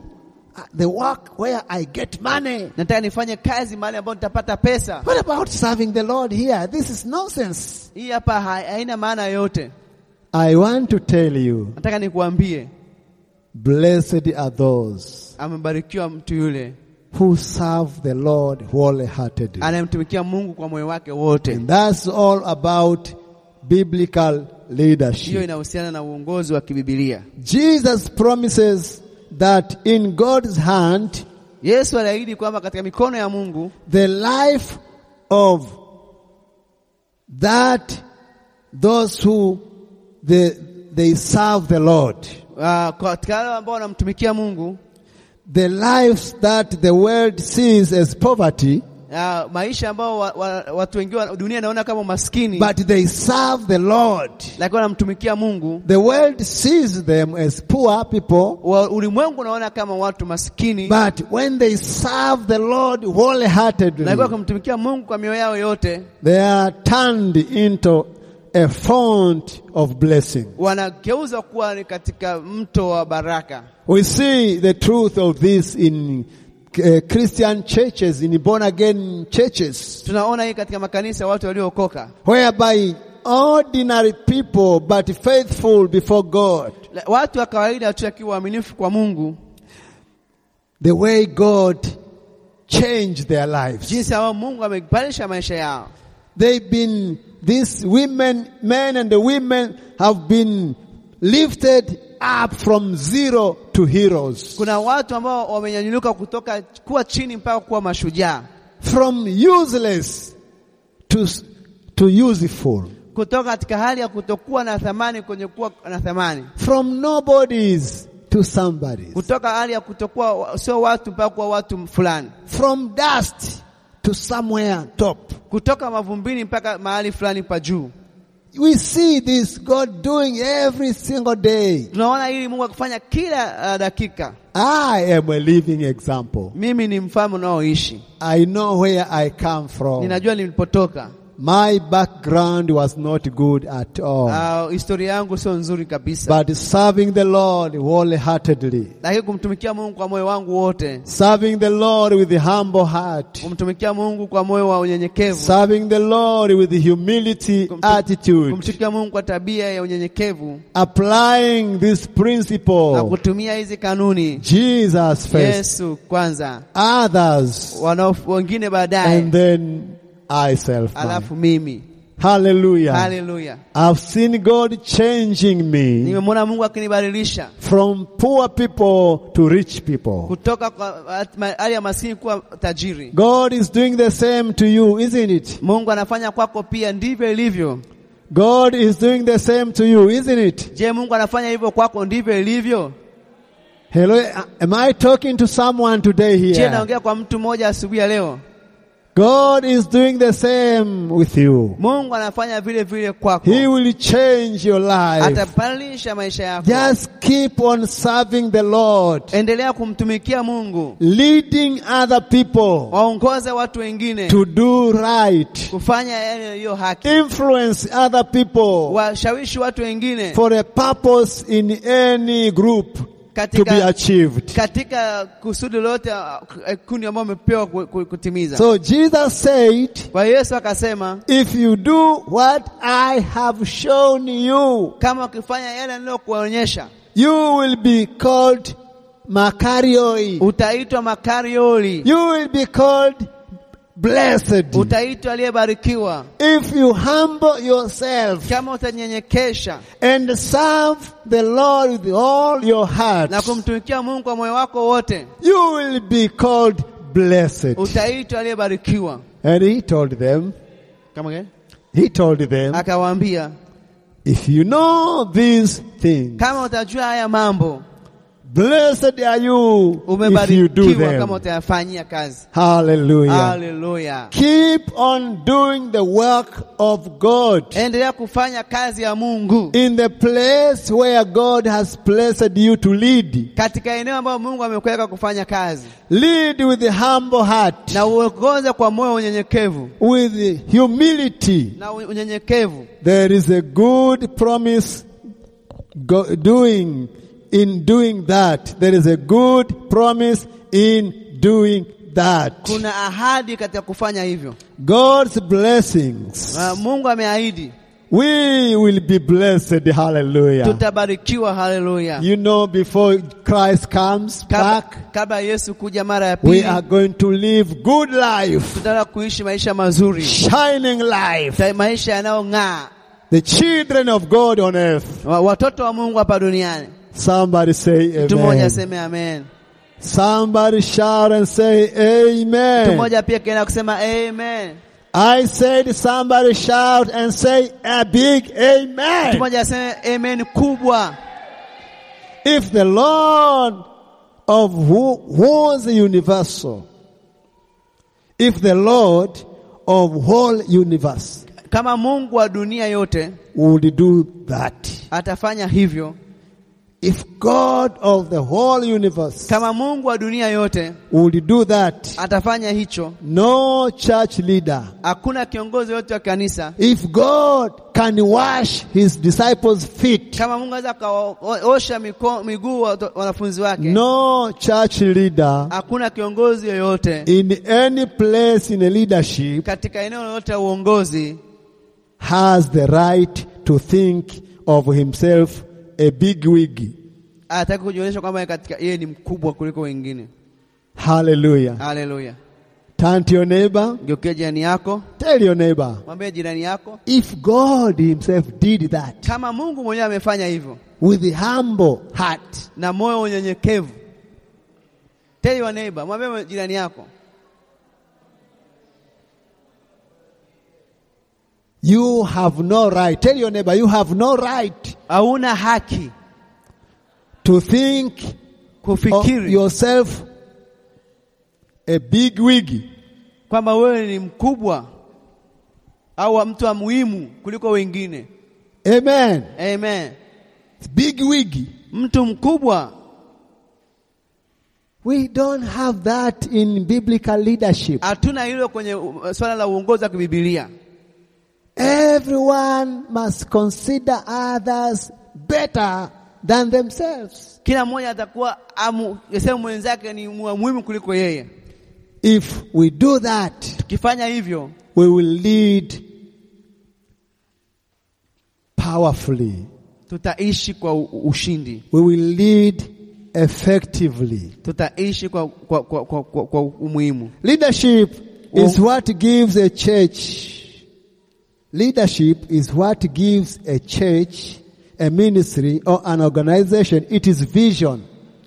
Speaker 1: the work where I get money.
Speaker 2: Nataka nifanye kazi mahali ambapo nitapata pesa.
Speaker 1: What about serving the Lord here? This is nonsense.
Speaker 2: Hii hapa ha- haina maana yote.
Speaker 1: I want to tell you,
Speaker 2: Nataka nikuambie,
Speaker 1: blessed are those
Speaker 2: amebarikiwa mtu yule
Speaker 1: who serve the Lord wholeheartedly.
Speaker 2: anayemtumikia Mungu kwa moyo wake wote.
Speaker 1: And that's all about biblical
Speaker 2: Hiyo
Speaker 1: leadership.
Speaker 2: inahusiana na uongozi wa kibibilia.
Speaker 1: Jesus promises that in God's hand,
Speaker 2: Yesu aliahidi kwamba katika mikono ya Mungu
Speaker 1: the life of that those who they, they serve the Lord
Speaker 2: ah, kwa- katika wale ambao wanamtumikia Mungu
Speaker 1: the lives that the world sees as poverty
Speaker 2: Ah, maisha ambao wa, wa, watu wengi wa dunia inaona kama umaskini,
Speaker 1: but they serve the Lord.
Speaker 2: lakini wanamtumikia Mungu.
Speaker 1: The world sees them as poor people,
Speaker 2: Wa- Ulimwengu unaona kama watu maskini,
Speaker 1: but when they serve the Lord
Speaker 2: lakini
Speaker 1: wholeheartedly,
Speaker 2: wakimtumikia Mungu kwa mioyo yao yote
Speaker 1: they are turned into a font of blessing.
Speaker 2: wanageuza kuwa ni katika mto wa baraka.
Speaker 1: We see the truth of this in uh, Christian churches, in born again churches,
Speaker 2: Tunaona hii katika makanisa ya watu waliookoka,
Speaker 1: whereby ordinary people but faithful before God,
Speaker 2: La- watu wa kawaida tu akiwa waaminifu kwa Mungu,
Speaker 1: the way God changed their lives.
Speaker 2: jinsi ambao Mungu amebadilisha maisha yao.
Speaker 1: They've been, these women, men and the women have been lifted up from zero to heroes.
Speaker 2: Kuna watu ambao wamenyanyuliwa kutoka kuwa chini mpaka kuwa mashujaa,
Speaker 1: From useless to, to useful.
Speaker 2: kutoka katika hali ya kutokuwa na thamani kwenye kuwa na thamani,
Speaker 1: From nobodies to somebodies.
Speaker 2: kutoka hali ya kutokuwa wa- sio watu mpaka kuwa watu fulani,
Speaker 1: From dust to somewhere top.
Speaker 2: kutoka mavumbini mpaka mahali fulani pa juu.
Speaker 1: We see this God doing every single day.
Speaker 2: Tunaona hili Mungu akifanya kila uh, dakika.
Speaker 1: I am a living example.
Speaker 2: Mimi ni mfano unaoishi,
Speaker 1: I know where I come from.
Speaker 2: ninajua nilipotoka.
Speaker 1: My background was not good at all.
Speaker 2: Uh, historia yangu sio nzuri kabisa,
Speaker 1: but serving the Lord wholeheartedly,
Speaker 2: lakini kumtumikia Mungu kwa moyo wangu wote,
Speaker 1: serving the Lord with a humble heart,
Speaker 2: kumtumikia Mungu kwa moyo wa unyenyekevu,
Speaker 1: serving the Lord with humility
Speaker 2: Kumtu-
Speaker 1: attitude,
Speaker 2: kumtumikia Mungu kwa tabia ya unyenyekevu
Speaker 1: applying this
Speaker 2: na
Speaker 1: principle,
Speaker 2: kutumia hizi kanuni.
Speaker 1: Jesus Oh. first,
Speaker 2: Yesu kwanza,
Speaker 1: others,
Speaker 2: wanao wengine
Speaker 1: and
Speaker 2: baadaye,
Speaker 1: then I self.
Speaker 2: alafu mimi.
Speaker 1: Hallelujah.
Speaker 2: Haleluya,
Speaker 1: I've seen God changing me
Speaker 2: nimemwona Mungu akinibadilisha
Speaker 1: from poor people to rich people.
Speaker 2: kutoka kwa at- ma- hali ya maskini kuwa tajiri.
Speaker 1: God is doing the same to you, isn't it?
Speaker 2: Mungu anafanya kwako pia, ndivyo ilivyo.
Speaker 1: God is doing the same to you, isn't it?
Speaker 2: Je, Mungu anafanya hivyo kwako, ndivyo ilivyo?
Speaker 1: Hello, am I talking to someone today
Speaker 2: Je,
Speaker 1: here?
Speaker 2: naongea kwa mtu mmoja asubuhi ya leo?
Speaker 1: God is doing the same with you.
Speaker 2: Mungu anafanya vile vile kwako,
Speaker 1: He will change your life.
Speaker 2: atabadilisha maisha yako.
Speaker 1: Just keep on serving the Lord,
Speaker 2: Endelea kumtumikia Mungu,
Speaker 1: leading other people
Speaker 2: waongoze watu wengine
Speaker 1: to do right,
Speaker 2: kufanya yale yaliyo haki,
Speaker 1: influence other people
Speaker 2: washawishi watu wengine
Speaker 1: for a purpose in any group to be
Speaker 2: katika,
Speaker 1: achieved.
Speaker 2: katika kusudi lolote uh, kundi ambao umepewa ku- ku- kutimiza.
Speaker 1: So Jesus said,
Speaker 2: Kwa hiyo Yesu akasema,
Speaker 1: if you do what I have shown you,
Speaker 2: kama ukifanya yale niliyokuonyesha
Speaker 1: You will be called Makarioi.
Speaker 2: utaitwa makarioli,
Speaker 1: You will be called blessed.
Speaker 2: utaitwa aliyebarikiwa,
Speaker 1: If you humble yourself
Speaker 2: kama utanyenyekesha
Speaker 1: and serve the Lord with all your heart,
Speaker 2: na kumtumikia Mungu kwa moyo wako wote,
Speaker 1: you will be called blessed.
Speaker 2: utaitwa aliyebarikiwa.
Speaker 1: And he told them,
Speaker 2: Kama gani?
Speaker 1: he told them,
Speaker 2: Akawaambia,
Speaker 1: if you know these things,
Speaker 2: kama utajua haya mambo
Speaker 1: blessed are you if you do
Speaker 2: umebarikiwa kama
Speaker 1: them.
Speaker 2: utayafanyia kazi.
Speaker 1: Hallelujah.
Speaker 2: Haleluya!
Speaker 1: Keep on doing the work of God.
Speaker 2: Endelea kufanya kazi ya Mungu
Speaker 1: in the place where God has placed you to lead.
Speaker 2: katika eneo ambayo Mungu amekuweka kufanya kazi,
Speaker 1: Lead with a humble heart,
Speaker 2: na uongoze kwa moyo unyenyekevu
Speaker 1: with humility.
Speaker 2: na u- unyenyekevu.
Speaker 1: There is a good promise go, doing in doing that. There is a good promise in doing that.
Speaker 2: Kuna ahadi katika kufanya hivyo.
Speaker 1: God's blessings.
Speaker 2: Na Mungu ameahidi
Speaker 1: We will be blessed. Hallelujah.
Speaker 2: tutabarikiwa. Haleluya!
Speaker 1: You know, before Christ comes
Speaker 2: Kabla
Speaker 1: back,
Speaker 2: kabla Yesu kuja mara ya
Speaker 1: we
Speaker 2: pili,
Speaker 1: are going to live good life.
Speaker 2: tutaenda kuishi maisha mazuri,
Speaker 1: shining life,
Speaker 2: Ta- maisha yanayong'aa,
Speaker 1: the children of God on earth.
Speaker 2: Wa- watoto wa Mungu hapa duniani.
Speaker 1: Somebody say
Speaker 2: Mtu mmoja
Speaker 1: amen.
Speaker 2: aseme amen.
Speaker 1: Somebody shout and say
Speaker 2: Mtu
Speaker 1: amen.
Speaker 2: mmoja pia kaenda kusema amen.
Speaker 1: I said somebody shout and say a big
Speaker 2: Mtu
Speaker 1: amen.
Speaker 2: mmoja aseme amen kubwa.
Speaker 1: If the Lord of who was universal If the Lord of whole universe
Speaker 2: Kama Mungu wa dunia yote
Speaker 1: would do that,
Speaker 2: atafanya hivyo,
Speaker 1: if God of the whole universe
Speaker 2: kama Mungu wa dunia yote
Speaker 1: would do that,
Speaker 2: atafanya hicho,
Speaker 1: no church leader
Speaker 2: hakuna kiongozi yote wa kanisa.
Speaker 1: If God can wash his disciples' feet,
Speaker 2: Kama Mungu anaweza akaosha miko- miguu wa- wanafunzi wake,
Speaker 1: no church leader
Speaker 2: hakuna kiongozi yoyote
Speaker 1: in any place in a leadership
Speaker 2: katika eneo lolote la uongozi
Speaker 1: has the right to think of himself a big wig.
Speaker 2: anataka kujionyesha kwamba yeye katika yeye ni mkubwa kuliko wengine.
Speaker 1: Hallelujah.
Speaker 2: Haleluya!
Speaker 1: Turn to your neighbor,
Speaker 2: Geukia jirani yako,
Speaker 1: tell your neighbor,
Speaker 2: mwambie jirani yako,
Speaker 1: if God himself did that
Speaker 2: kama Mungu mwenyewe amefanya hivyo
Speaker 1: with the humble heart,
Speaker 2: na moyo unyenyekevu. Tell your neighbor, mwambie jirani yako,
Speaker 1: you have no right. Tell your neighbor, you have no right
Speaker 2: hauna haki
Speaker 1: to think of
Speaker 2: kufikiri
Speaker 1: yourself a big wig.
Speaker 2: kwamba wewe ni mkubwa au mtu wa muhimu kuliko wengine.
Speaker 1: Amen.
Speaker 2: Amen.
Speaker 1: Big wig.
Speaker 2: Mtu mkubwa,
Speaker 1: We don't have that in biblical leadership.
Speaker 2: hatuna hilo kwenye uh, swala la uongozi wa kibibilia.
Speaker 1: Everyone must consider others better than themselves.
Speaker 2: Kila mmoja atakuwa amu- sehemu mwenzake ni mu- muhimu kuliko yeye.
Speaker 1: If we do that,
Speaker 2: Tukifanya hivyo,
Speaker 1: we will lead powerfully.
Speaker 2: tutaishi kwa u- ushindi,
Speaker 1: We will lead effectively.
Speaker 2: tutaishi kwa, kwa, kwa, kwa, kwa, kwa umuhimu.
Speaker 1: Leadership is what gives a church. Leadership is what gives a church, a ministry, or an organization. It is vision.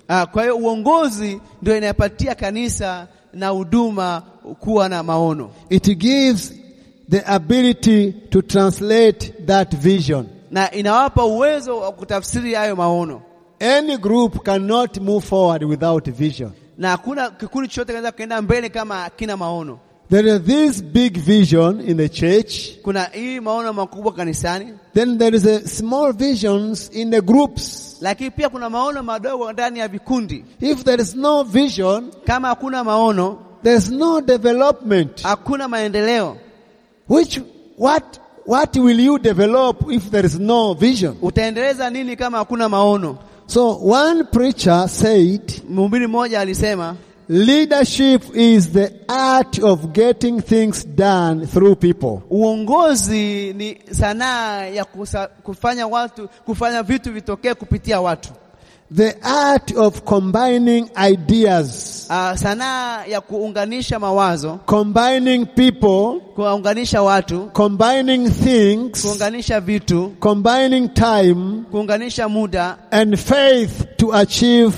Speaker 2: Ah, Kwa hiyo uongozi ndio inayopatia kanisa na huduma kuwa na maono
Speaker 1: It gives the ability to translate that vision.
Speaker 2: na inawapa uwezo wa kutafsiri hayo maono,
Speaker 1: Any group cannot move forward without vision.
Speaker 2: na hakuna kikundi chochote kinaweza kuenda mbele kama hakina maono.
Speaker 1: There is this big vision in the church.
Speaker 2: Kuna hii maono makubwa kanisani,
Speaker 1: Then there is a small visions in the groups.
Speaker 2: lakini pia kuna maono madogo ndani ya vikundi.
Speaker 1: If there is no vision,
Speaker 2: Kama hakuna maono,
Speaker 1: there's no development.
Speaker 2: hakuna maendeleo.
Speaker 1: Which what what will you develop if there is no vision?
Speaker 2: Utaendeleza nini kama hakuna maono?
Speaker 1: So one preacher said,
Speaker 2: Mhubiri mmoja alisema
Speaker 1: leadership is the art of getting things done through people.
Speaker 2: uongozi ni sanaa ya kusa, kufanya watu kufanya vitu vitokee kupitia watu.
Speaker 1: The art of combining ideas,
Speaker 2: Uh, sanaa ya kuunganisha mawazo,
Speaker 1: combining people,
Speaker 2: kuwaunganisha watu,
Speaker 1: combining things,
Speaker 2: kuunganisha vitu,
Speaker 1: combining time
Speaker 2: kuunganisha muda
Speaker 1: and faith to achieve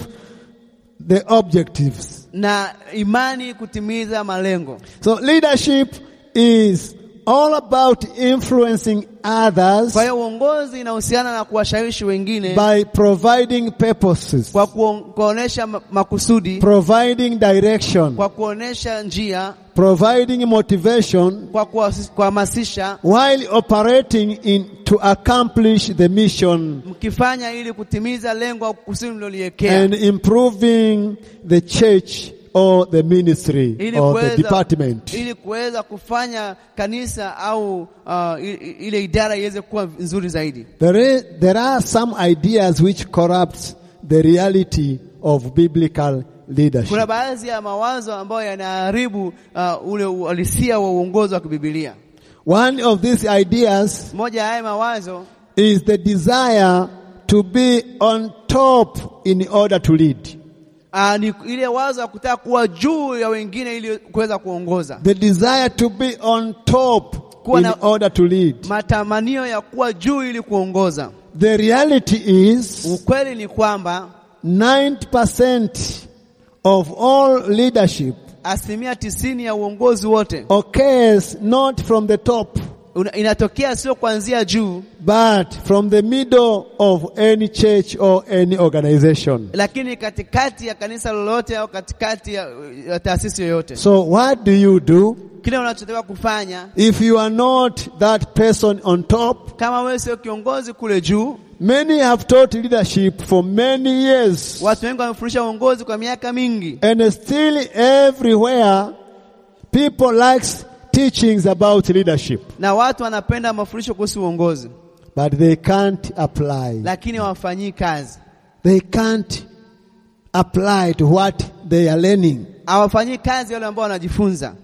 Speaker 1: the objectives.
Speaker 2: na imani kutimiza malengo.
Speaker 1: So leadership is all about influencing others
Speaker 2: Kwa hiyo uongozi inahusiana na kuwashawishi wengine
Speaker 1: by providing purposes,
Speaker 2: kwa kuon- kuonesha ma- makusudi,
Speaker 1: providing direction,
Speaker 2: kwa kuonesha njia,
Speaker 1: providing motivation
Speaker 2: kwa kuwasi- kuhamasisha
Speaker 1: while operating in to accomplish the mission
Speaker 2: mkifanya ili kutimiza lengo au kusudi mliloliwekea
Speaker 1: and improving the church or the ministry
Speaker 2: ili
Speaker 1: or the
Speaker 2: kuweza
Speaker 1: department.
Speaker 2: ili kuweza kufanya kanisa au uh, i- i- ile idara iweze kuwa nzuri zaidi.
Speaker 1: There, is, there are some ideas which corrupt the reality of biblical
Speaker 2: Kuna
Speaker 1: leadership.
Speaker 2: baadhi ya mawazo ambayo yanaharibu uh, ule uhalisia wa uongozi wa kibibilia.
Speaker 1: One of these ideas
Speaker 2: Moja ya haya mawazo
Speaker 1: is the desire to be on top in order to lead.
Speaker 2: uh, ni ile wazo ya kutaka kuwa juu ya wengine ili kuweza kuongoza,
Speaker 1: The desire to be on top
Speaker 2: Kuwa
Speaker 1: in
Speaker 2: na-
Speaker 1: order to lead.
Speaker 2: matamanio ya kuwa juu ili kuongoza.
Speaker 1: The reality is
Speaker 2: Ukweli ni kwamba
Speaker 1: 90% of all leadership
Speaker 2: asilimia tisini ya uongozi wote
Speaker 1: occurs not from the top
Speaker 2: una- inatokea sio kuanzia juu,
Speaker 1: but from the middle of any church or any organization.
Speaker 2: lakini katikati ya kanisa lolote au katikati ya, ya taasisi yoyote.
Speaker 1: So what do you do
Speaker 2: Kile unachotakiwa kufanya
Speaker 1: if you are not that person on top?
Speaker 2: kama wewe sio kiongozi kule juu,
Speaker 1: Many have taught leadership for many years
Speaker 2: watu wengi wamefundisha uongozi kwa miaka mingi,
Speaker 1: and still everywhere people likes teachings about leadership
Speaker 2: na watu wanapenda mafundisho kuhusu uongozi,
Speaker 1: but they can't apply.
Speaker 2: lakini hawafanyii kazi,
Speaker 1: They can't apply to what they are learning.
Speaker 2: hawafanyii kazi wale ambao wanajifunza.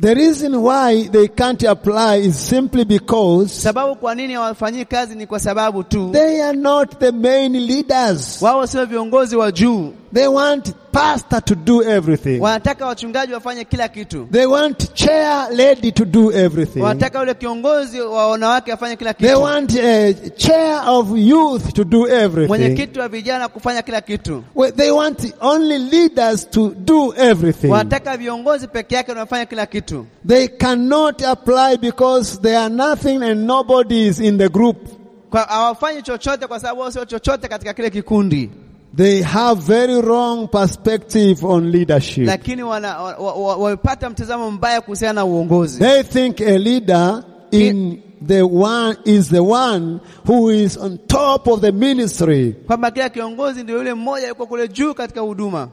Speaker 1: The reason why they can't apply is simply because
Speaker 2: Sababu kwa nini hawafanyii kazi ni kwa sababu tu
Speaker 1: they are not the main leaders.
Speaker 2: wao sio viongozi wa juu.
Speaker 1: They want pastor to do everything.
Speaker 2: Wanataka wachungaji wafanye kila kitu,
Speaker 1: They want chair lady to do everything.
Speaker 2: wanataka yule kiongozi wa wanawake afanye kila
Speaker 1: They
Speaker 2: kitu,
Speaker 1: want a chair of youth to do everything.
Speaker 2: mwenyekiti wa vijana kufanya kila kitu,
Speaker 1: Well, They want only leaders to do everything.
Speaker 2: wanataka viongozi peke yake wanafanya kila kitu.
Speaker 1: They cannot apply because they are nothing and nobody is in the group.
Speaker 2: Kwa- Hawafanyi chochote kwa sababu wao sio chochote katika kile kikundi.
Speaker 1: They have very wrong perspective on leadership.
Speaker 2: lakini wana- wa- wa- wa- wamepata mtazamo mbaya kuhusiana na uongozi.
Speaker 1: They think a leader in the one is the one who is on top of the ministry
Speaker 2: kwamba kila kiongozi ndio yule mmoja yuko kule juu katika huduma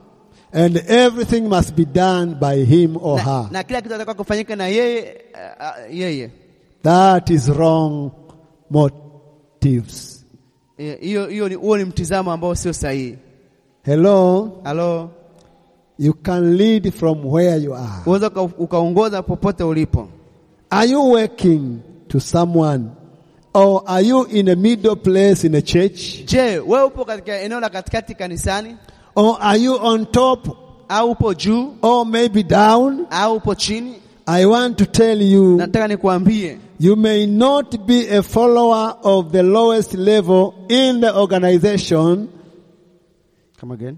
Speaker 1: and everything must be done by him or
Speaker 2: na,
Speaker 1: her.
Speaker 2: na kila kitu anataka kufanyika na yeye uh, yeye
Speaker 1: That is wrong motives.
Speaker 2: Eh, hiyo hiyo ni huo ni mtizamo ambao sio sahihi.
Speaker 1: Hello,
Speaker 2: Halo,
Speaker 1: you can lead from where you are.
Speaker 2: unaweza uka- ukaongoza popote ulipo.
Speaker 1: Are you working to someone or are you in a middle place in a church
Speaker 2: Je, wewe upo katika eneo la katikati kanisani
Speaker 1: or are you on top
Speaker 2: au upo juu
Speaker 1: or maybe down?
Speaker 2: au upo chini?
Speaker 1: I want to tell you
Speaker 2: Nataka nikuambie
Speaker 1: You may not be a follower of the lowest level in the organization. Come again.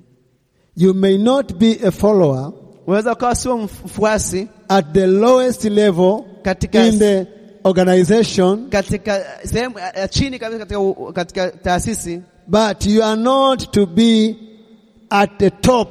Speaker 1: You may not be a follower
Speaker 2: unaweza ukawa sio mf- mfuasi
Speaker 1: at the lowest level
Speaker 2: katika
Speaker 1: in the organization,
Speaker 2: katika sehemu ya ya chini kabisa katika, u- katika taasisi
Speaker 1: but you are not to be at the top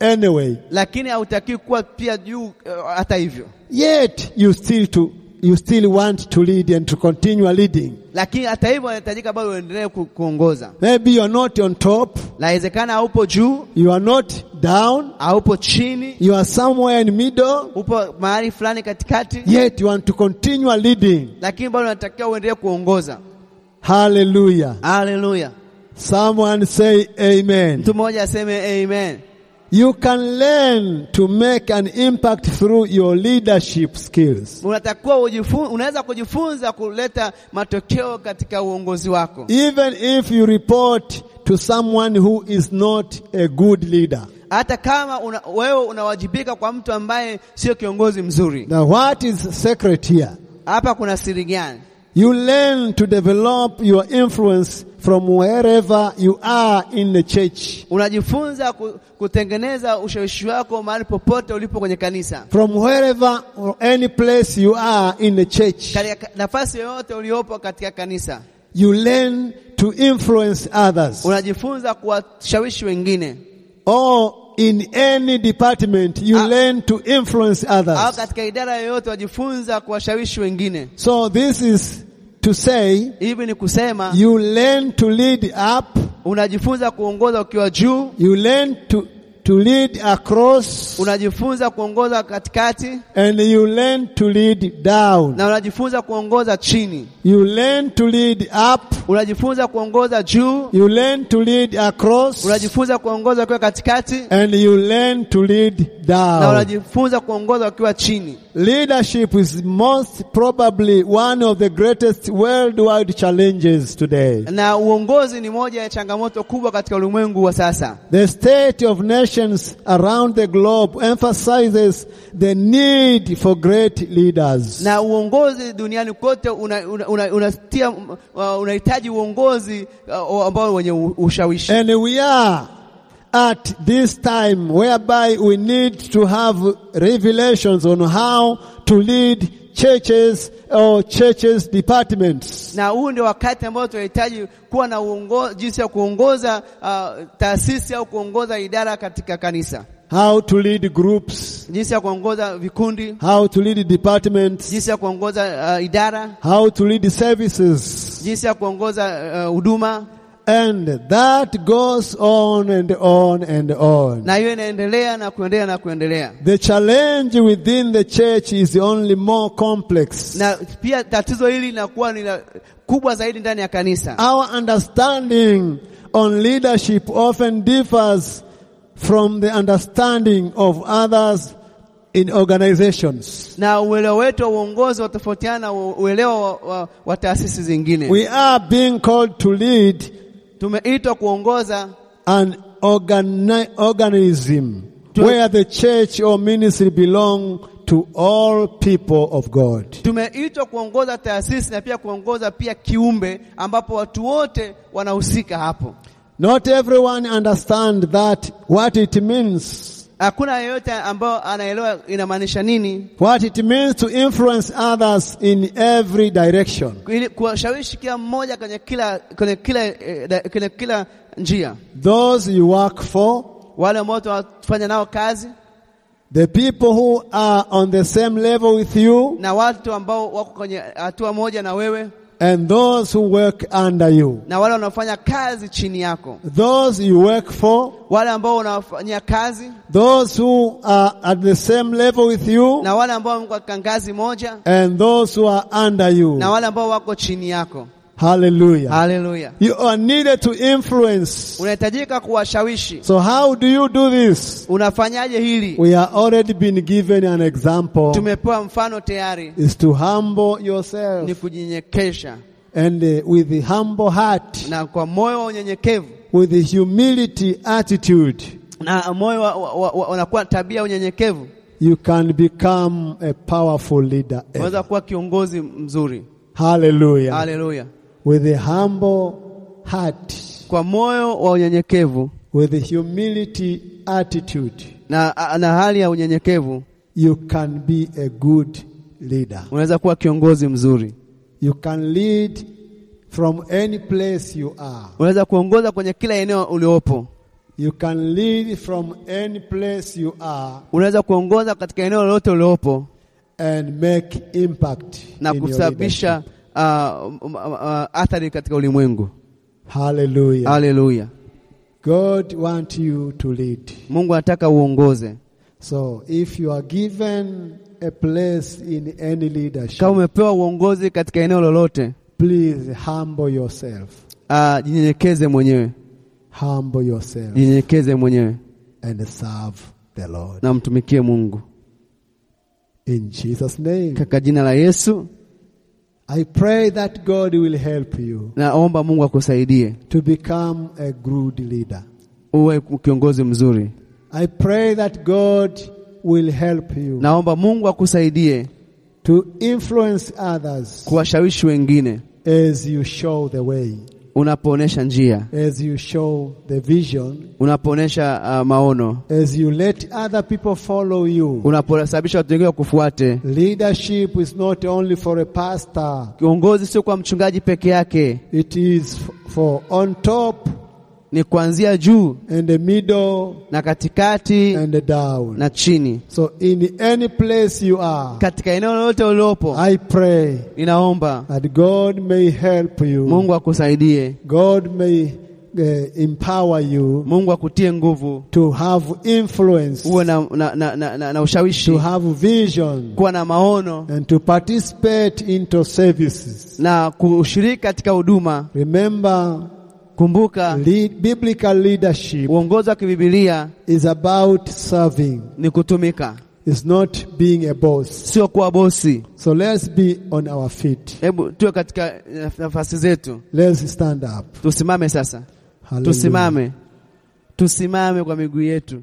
Speaker 1: anyway.
Speaker 2: lakini hautakiwi kuwa pia juu eh, hata hivyo,
Speaker 1: Yet you still to you still want to lead and to continue leading.
Speaker 2: lakini hata hivyo inahitajika bado uendelee ku, kuongoza.
Speaker 1: Maybe you are not on top,
Speaker 2: Inawezekana haupo juu,
Speaker 1: you are not down,
Speaker 2: haupo chini,
Speaker 1: you are somewhere in middle.
Speaker 2: upo mahali fulani katikati,
Speaker 1: yet you want to continue leading.
Speaker 2: lakini bado unatakiwa uendelee kuongoza.
Speaker 1: Hallelujah.
Speaker 2: Haleluya!
Speaker 1: Someone say amen.
Speaker 2: Mtu mmoja aseme amen.
Speaker 1: You can learn to make an impact through your leadership skills.
Speaker 2: Unatakiwa ujifu- unaweza kujifunza kuleta matokeo katika uongozi wako,
Speaker 1: Even if you report to someone who is not a good leader.
Speaker 2: hata kama una, wewe unawajibika kwa mtu ambaye sio kiongozi mzuri.
Speaker 1: Now what is secret here?
Speaker 2: Hapa kuna siri gani?
Speaker 1: You learn to develop your influence from wherever you are in the church.
Speaker 2: Unajifunza ku- kutengeneza ushawishi wako mahali popote ulipo kwenye kanisa,
Speaker 1: From wherever or any place you are in the church.
Speaker 2: katika ka- nafasi yoyote uliopo katika kanisa,
Speaker 1: You learn to influence others.
Speaker 2: unajifunza kuwashawishi wengine,
Speaker 1: Or in any department, you
Speaker 2: Ah.
Speaker 1: learn to influence
Speaker 2: au
Speaker 1: others.
Speaker 2: katika idara yoyote unajifunza kuwashawishi wengine.
Speaker 1: So this is to say,
Speaker 2: Hivi ni kusema
Speaker 1: you learn to lead up,
Speaker 2: unajifunza kuongoza ukiwa juu,
Speaker 1: you learn to, to lead across,
Speaker 2: unajifunza kuongoza katikati,
Speaker 1: and you learn to lead down.
Speaker 2: na unajifunza kuongoza chini.
Speaker 1: You learn to lead up,
Speaker 2: Unajifunza kuongoza juu,
Speaker 1: you learn to lead across,
Speaker 2: unajifunza kuongoza ukiwa katikati,
Speaker 1: and you learn to lead
Speaker 2: na
Speaker 1: down.
Speaker 2: unajifunza kuongoza ukiwa chini.
Speaker 1: Leadership is most probably one of the greatest worldwide challenges today.
Speaker 2: na uongozi ni moja ya changamoto kubwa katika ulimwengu wa sasa.
Speaker 1: The state of nations around the globe emphasizes the need for great leaders.
Speaker 2: Na uongozi duniani kote unatia una, una, unatia, uh, unahitaji uongozi uh, ambao wenye u- ushawishi
Speaker 1: And we are at this time whereby we need to have revelations on how to lead churches or churches departments.
Speaker 2: na huu ndio wakati ambao tunahitaji kuwa na uongo, jinsi ya kuongoza uh, taasisi au kuongoza idara katika kanisa,
Speaker 1: How to lead groups,
Speaker 2: jinsi ya kuongoza vikundi,
Speaker 1: how to lead departments,
Speaker 2: jinsi ya kuongoza uh, idara,
Speaker 1: how to lead services.
Speaker 2: jinsi ya kuongoza uh, huduma,
Speaker 1: And that goes on and on and on.
Speaker 2: na hiyo inaendelea na kuendelea na kuendelea.
Speaker 1: The challenge within the church is only more complex.
Speaker 2: Na pia tatizo hili linakuwa ni la- kubwa zaidi ndani ya kanisa.
Speaker 1: Our understanding on leadership often differs from the understanding of others in organizations.
Speaker 2: na uelewa wetu wa uongozi watofautiana na u- uelewa wa, wa, wa taasisi zingine.
Speaker 1: We are being called to lead
Speaker 2: Tumeitwa kuongoza
Speaker 1: an organi- organism where the church or ministry belong to all people of God.
Speaker 2: tumeitwa kuongoza taasisi na pia kuongoza pia kiumbe ambapo watu wote wanahusika hapo.
Speaker 1: Not everyone understands that what it means,
Speaker 2: Hakuna yeyote ambayo anaelewa inamaanisha nini
Speaker 1: what it means to influence others in every direction.
Speaker 2: ili kuwashawishi kila mmoja kwenye kila kwenye kila eh, da- kwenye kila njia,
Speaker 1: Those you work for,
Speaker 2: wale ambao tunafanya nao kazi
Speaker 1: the people who are on the same level with you,
Speaker 2: na watu ambao wako kwenye hatua moja na wewe
Speaker 1: and those who work under you.
Speaker 2: na wale wanaofanya kazi chini yako,
Speaker 1: Those you work for,
Speaker 2: wale ambao unafanyia kazi
Speaker 1: those who are at the same level with you,
Speaker 2: na wale ambao wako katika ngazi moja
Speaker 1: and those who are under you.
Speaker 2: na wale ambao wako chini yako.
Speaker 1: Hallelujah.
Speaker 2: Haleluya!
Speaker 1: You are needed to influence.
Speaker 2: Unahitajika kuwashawishi.
Speaker 1: So how do you do this?
Speaker 2: Unafanyaje hili?
Speaker 1: We are already been given an example
Speaker 2: Tumepewa mfano tayari,
Speaker 1: is to humble
Speaker 2: ni
Speaker 1: yourself
Speaker 2: kunyenyekesha
Speaker 1: and uh, with a humble heart,
Speaker 2: na kwa moyo wa unyenyekevu
Speaker 1: with a humility attitude,
Speaker 2: na moyo wa, wa, wa, wa, unakuwa tabia ya unyenyekevu,
Speaker 1: you can become a powerful leader.
Speaker 2: unaweza kuwa kiongozi mzuri.
Speaker 1: Hallelujah.
Speaker 2: Haleluya!
Speaker 1: With a humble heart,
Speaker 2: Kwa moyo wa unyenyekevu
Speaker 1: with a humility attitude,
Speaker 2: na, na hali ya unyenyekevu
Speaker 1: you can be a good leader.
Speaker 2: unaweza kuwa kiongozi mzuri,
Speaker 1: You can lead from any place you are.
Speaker 2: unaweza kuongoza kwenye kila eneo uliopo,
Speaker 1: You can lead from any place you are.
Speaker 2: unaweza kuongoza katika eneo lolote uliopo
Speaker 1: and make impact
Speaker 2: na
Speaker 1: in your
Speaker 2: kusababisha
Speaker 1: leadership.
Speaker 2: uh, m- m- uh, athari katika ulimwengu.
Speaker 1: Hallelujah.
Speaker 2: Haleluya!
Speaker 1: God wants you to lead.
Speaker 2: Mungu anataka uongoze.
Speaker 1: So if you are given a place in any leadership,
Speaker 2: Kama umepewa uongozi katika eneo lolote,
Speaker 1: please humble yourself.
Speaker 2: uh, jinyenyekeze mwenyewe,
Speaker 1: Humble yourself
Speaker 2: jinyenyekeze mwenyewe
Speaker 1: and serve the Lord.
Speaker 2: na mtumikie Mungu
Speaker 1: In Jesus' name.
Speaker 2: katika jina la Yesu.
Speaker 1: I pray that God will help you
Speaker 2: Naomba Mungu akusaidie
Speaker 1: to become a good leader.
Speaker 2: uwe kiongozi mzuri.
Speaker 1: I pray that God will help you
Speaker 2: Naomba Mungu akusaidie
Speaker 1: to influence others
Speaker 2: kuwashawishi wengine
Speaker 1: as you show the way.
Speaker 2: unapoonesha njia,
Speaker 1: as you show the vision,
Speaker 2: unapoonesha uh, maono,
Speaker 1: as you let other people follow you.
Speaker 2: unaposababisha watu wengine wakufuate.
Speaker 1: Leadership is not only for a pastor,
Speaker 2: Kiongozi sio kwa mchungaji peke yake,
Speaker 1: it is f- for on top
Speaker 2: ni kuanzia juu
Speaker 1: and the middle
Speaker 2: na katikati
Speaker 1: and the down.
Speaker 2: na chini,
Speaker 1: So in any place you are,
Speaker 2: katika eneo lolote uliopo.
Speaker 1: I pray
Speaker 2: Ninaomba
Speaker 1: that God may help you.
Speaker 2: Mungu akusaidie,
Speaker 1: God may uh, empower you
Speaker 2: Mungu akutie nguvu,
Speaker 1: to have influence,
Speaker 2: uwe na, na, na, na, na, na
Speaker 1: to
Speaker 2: ushawishi,
Speaker 1: have vision,
Speaker 2: kuwa na maono
Speaker 1: and to participate into services.
Speaker 2: na kushiriki katika huduma.
Speaker 1: Remember,
Speaker 2: Kumbuka
Speaker 1: lead, biblical leadership
Speaker 2: uongozi wa kibibilia
Speaker 1: is about serving.
Speaker 2: ni kutumika,
Speaker 1: It's not being a boss.
Speaker 2: sio kuwa bosi.
Speaker 1: So let's be on our feet.
Speaker 2: Hebu tuwe katika naf- nafasi zetu,
Speaker 1: Let's stand up.
Speaker 2: tusimame sasa,
Speaker 1: Hallelujah.
Speaker 2: tusimame, tusimame kwa miguu yetu.